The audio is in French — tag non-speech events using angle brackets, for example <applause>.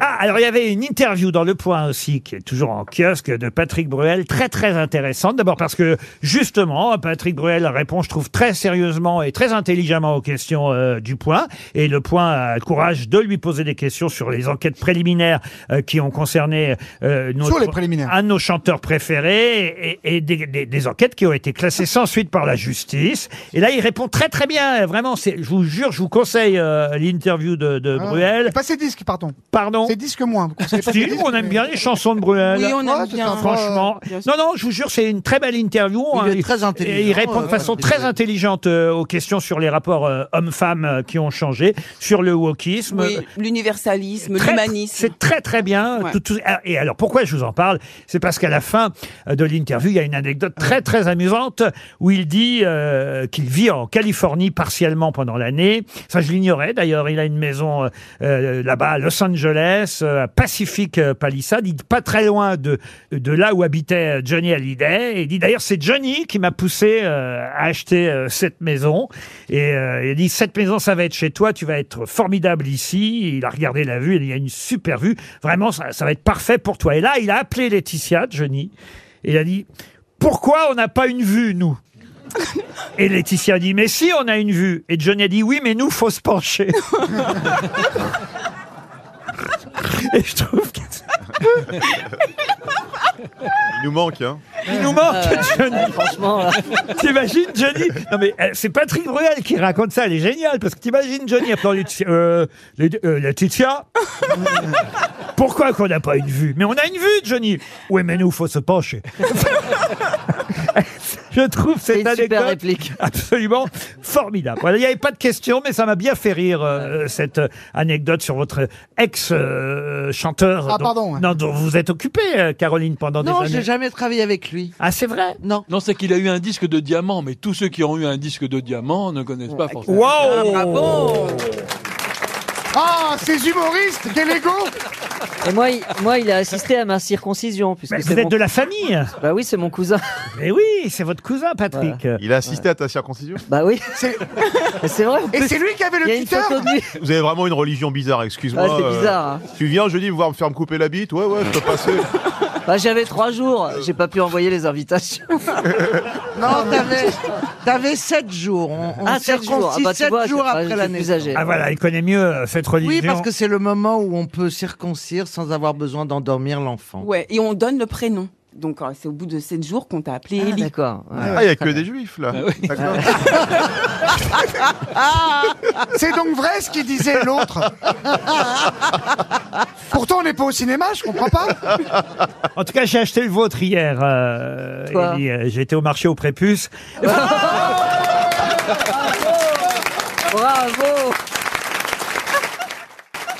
Ah, Alors, il y avait une interview dans Le Point aussi, qui est toujours en kiosque, de Patrick Bruel, très très intéressante. D'abord parce que, justement, Patrick Bruel répond, je trouve, très sérieusement et très intelligemment aux questions euh, du Point. Et Le Point a le courage de lui poser des questions sur les enquêtes préliminaires euh, qui ont concerné euh, notre- Sur les préliminaires. un de nos chanteurs préférés et, et des, des- des enquêtes qui ont été classées sans suite par la justice. Et là, il répond très très bien. Vraiment, c'est- je vous jure, je vous conseille euh, l'interview de, de Ah. Bruel. C'est Pas ces disques, pardon. Pardon. Ces disques moins. vous conseillez pas ces Si, disques, on aime mais- bien les chansons de Bruel. Oui, on aime Ouais, c'est bien. sympa. Franchement, bien sûr. non, non, je vous jure, c'est une très belle interview. Il hein. est très intelligent, et il répond de euh, façon ouais. très intelligente euh, aux questions sur les rapports euh, hommes-femmes euh, qui ont changé, sur le wokisme. Oui, l'universalisme, Très- l'humanisme. C'est très très bien. Ouais. Tout- tout- ah, et alors pourquoi je vous en parle C'est parce qu'à la fin euh, de l'interview, il y a une anecdote très très amusante où il dit euh, qu'il vit en Californie partiellement pendant l'année. Ça, je l'ignorais d'ailleurs. Il a une maison euh, euh, là-bas à Los Angeles, euh, à Pacific euh, Palisades, il- pas très loin de, de là où habitait euh, Johnny Hallyday. Et il dit d'ailleurs, c'est Johnny qui m'a poussé euh, à acheter euh, cette maison. Et euh, il dit, cette maison, ça va être chez toi, tu vas être formidable ici. Il a regardé la vue, il y a une super vue. Vraiment, ça, ça va être parfait pour toi. Et là, il a appelé Laetitia, Johnny, et il a dit, pourquoi on n'a pas une vue, nous et Laetitia a dit, mais si, on a une vue. Et Johnny a dit, oui, mais nous, faut se pencher. <laughs> et je trouve que Il nous manque, hein. Il nous manque, Euh, Johnny. <laughs> T'imagines, Johnny Non, mais euh, c'est Patrick Bruel qui raconte ça. Elle est géniale. Parce que t'imagines, Johnny, appelant Laetitia. Euh, les- euh, <laughs> Laetitia Pourquoi qu'on n'a pas une vue Mais on a une vue, Johnny Oui, mais nous, faut se pencher. <laughs> Je trouve cette une anecdote super réplique. absolument formidable. Voilà, il n'y avait pas de question, mais ça m'a bien fait rire euh, cette anecdote sur votre ex-chanteur Ah, pardon, ouais. dont, dont vous êtes occupé, euh, Caroline, pendant Non, des années. j'ai jamais travaillé avec lui. Ah, c'est vrai Non. Non, c'est qu'il a eu un disque de diamant, mais tous ceux qui ont eu un disque de diamant ne connaissent pas forcément. Wow Bravo Ah, ces humoristes, quel égo Et moi, il, moi, il a assisté à ma circoncision. Puisque Mais Vous c'est êtes mon... de la famille Bah oui, c'est mon cousin. Mais oui, c'est votre cousin, Patrick. Il a assisté à ta circoncision Bah oui, C'est- <laughs> mais c'est vrai. en Et plus, c'est lui qui avait Il y a le une tuteur photo de lui. Vous avez vraiment une religion bizarre, excuse-moi. Ah, c'est euh, bizarre. hein. Tu viens jeudi me voir me faire me couper la bite Ouais, ouais, je peux passer. Bah, j'avais trois jours, j'ai pas pu envoyer les invitations. <laughs> Non, t'avais, t'avais 7 jours. On, on Ah, sept jours. Ah, circoncise bah, tu 7 vois, jours c'est- bah, après je la suis plus naissance. âgé. Ah voilà, il connaît mieux euh, cette religion. Oui, parce que c'est le moment où on peut circoncire sans avoir besoin d'endormir l'enfant. Ouais, et on donne le prénom. Donc euh, c'est au bout de 7 jours qu'on t'a appelé Ah, Élie. D'accord. ouais. Ah, il n'y a que des juifs, là. Bah D'accord. C'est donc vrai ce qu'il disait <laughs> l'autre. Pourtant, on n'est pas au cinéma, je comprends pas. En tout cas, j'ai acheté le vôtre hier. euh, Quoi Ellie. Euh, J'étais au marché au prépuce. Bravo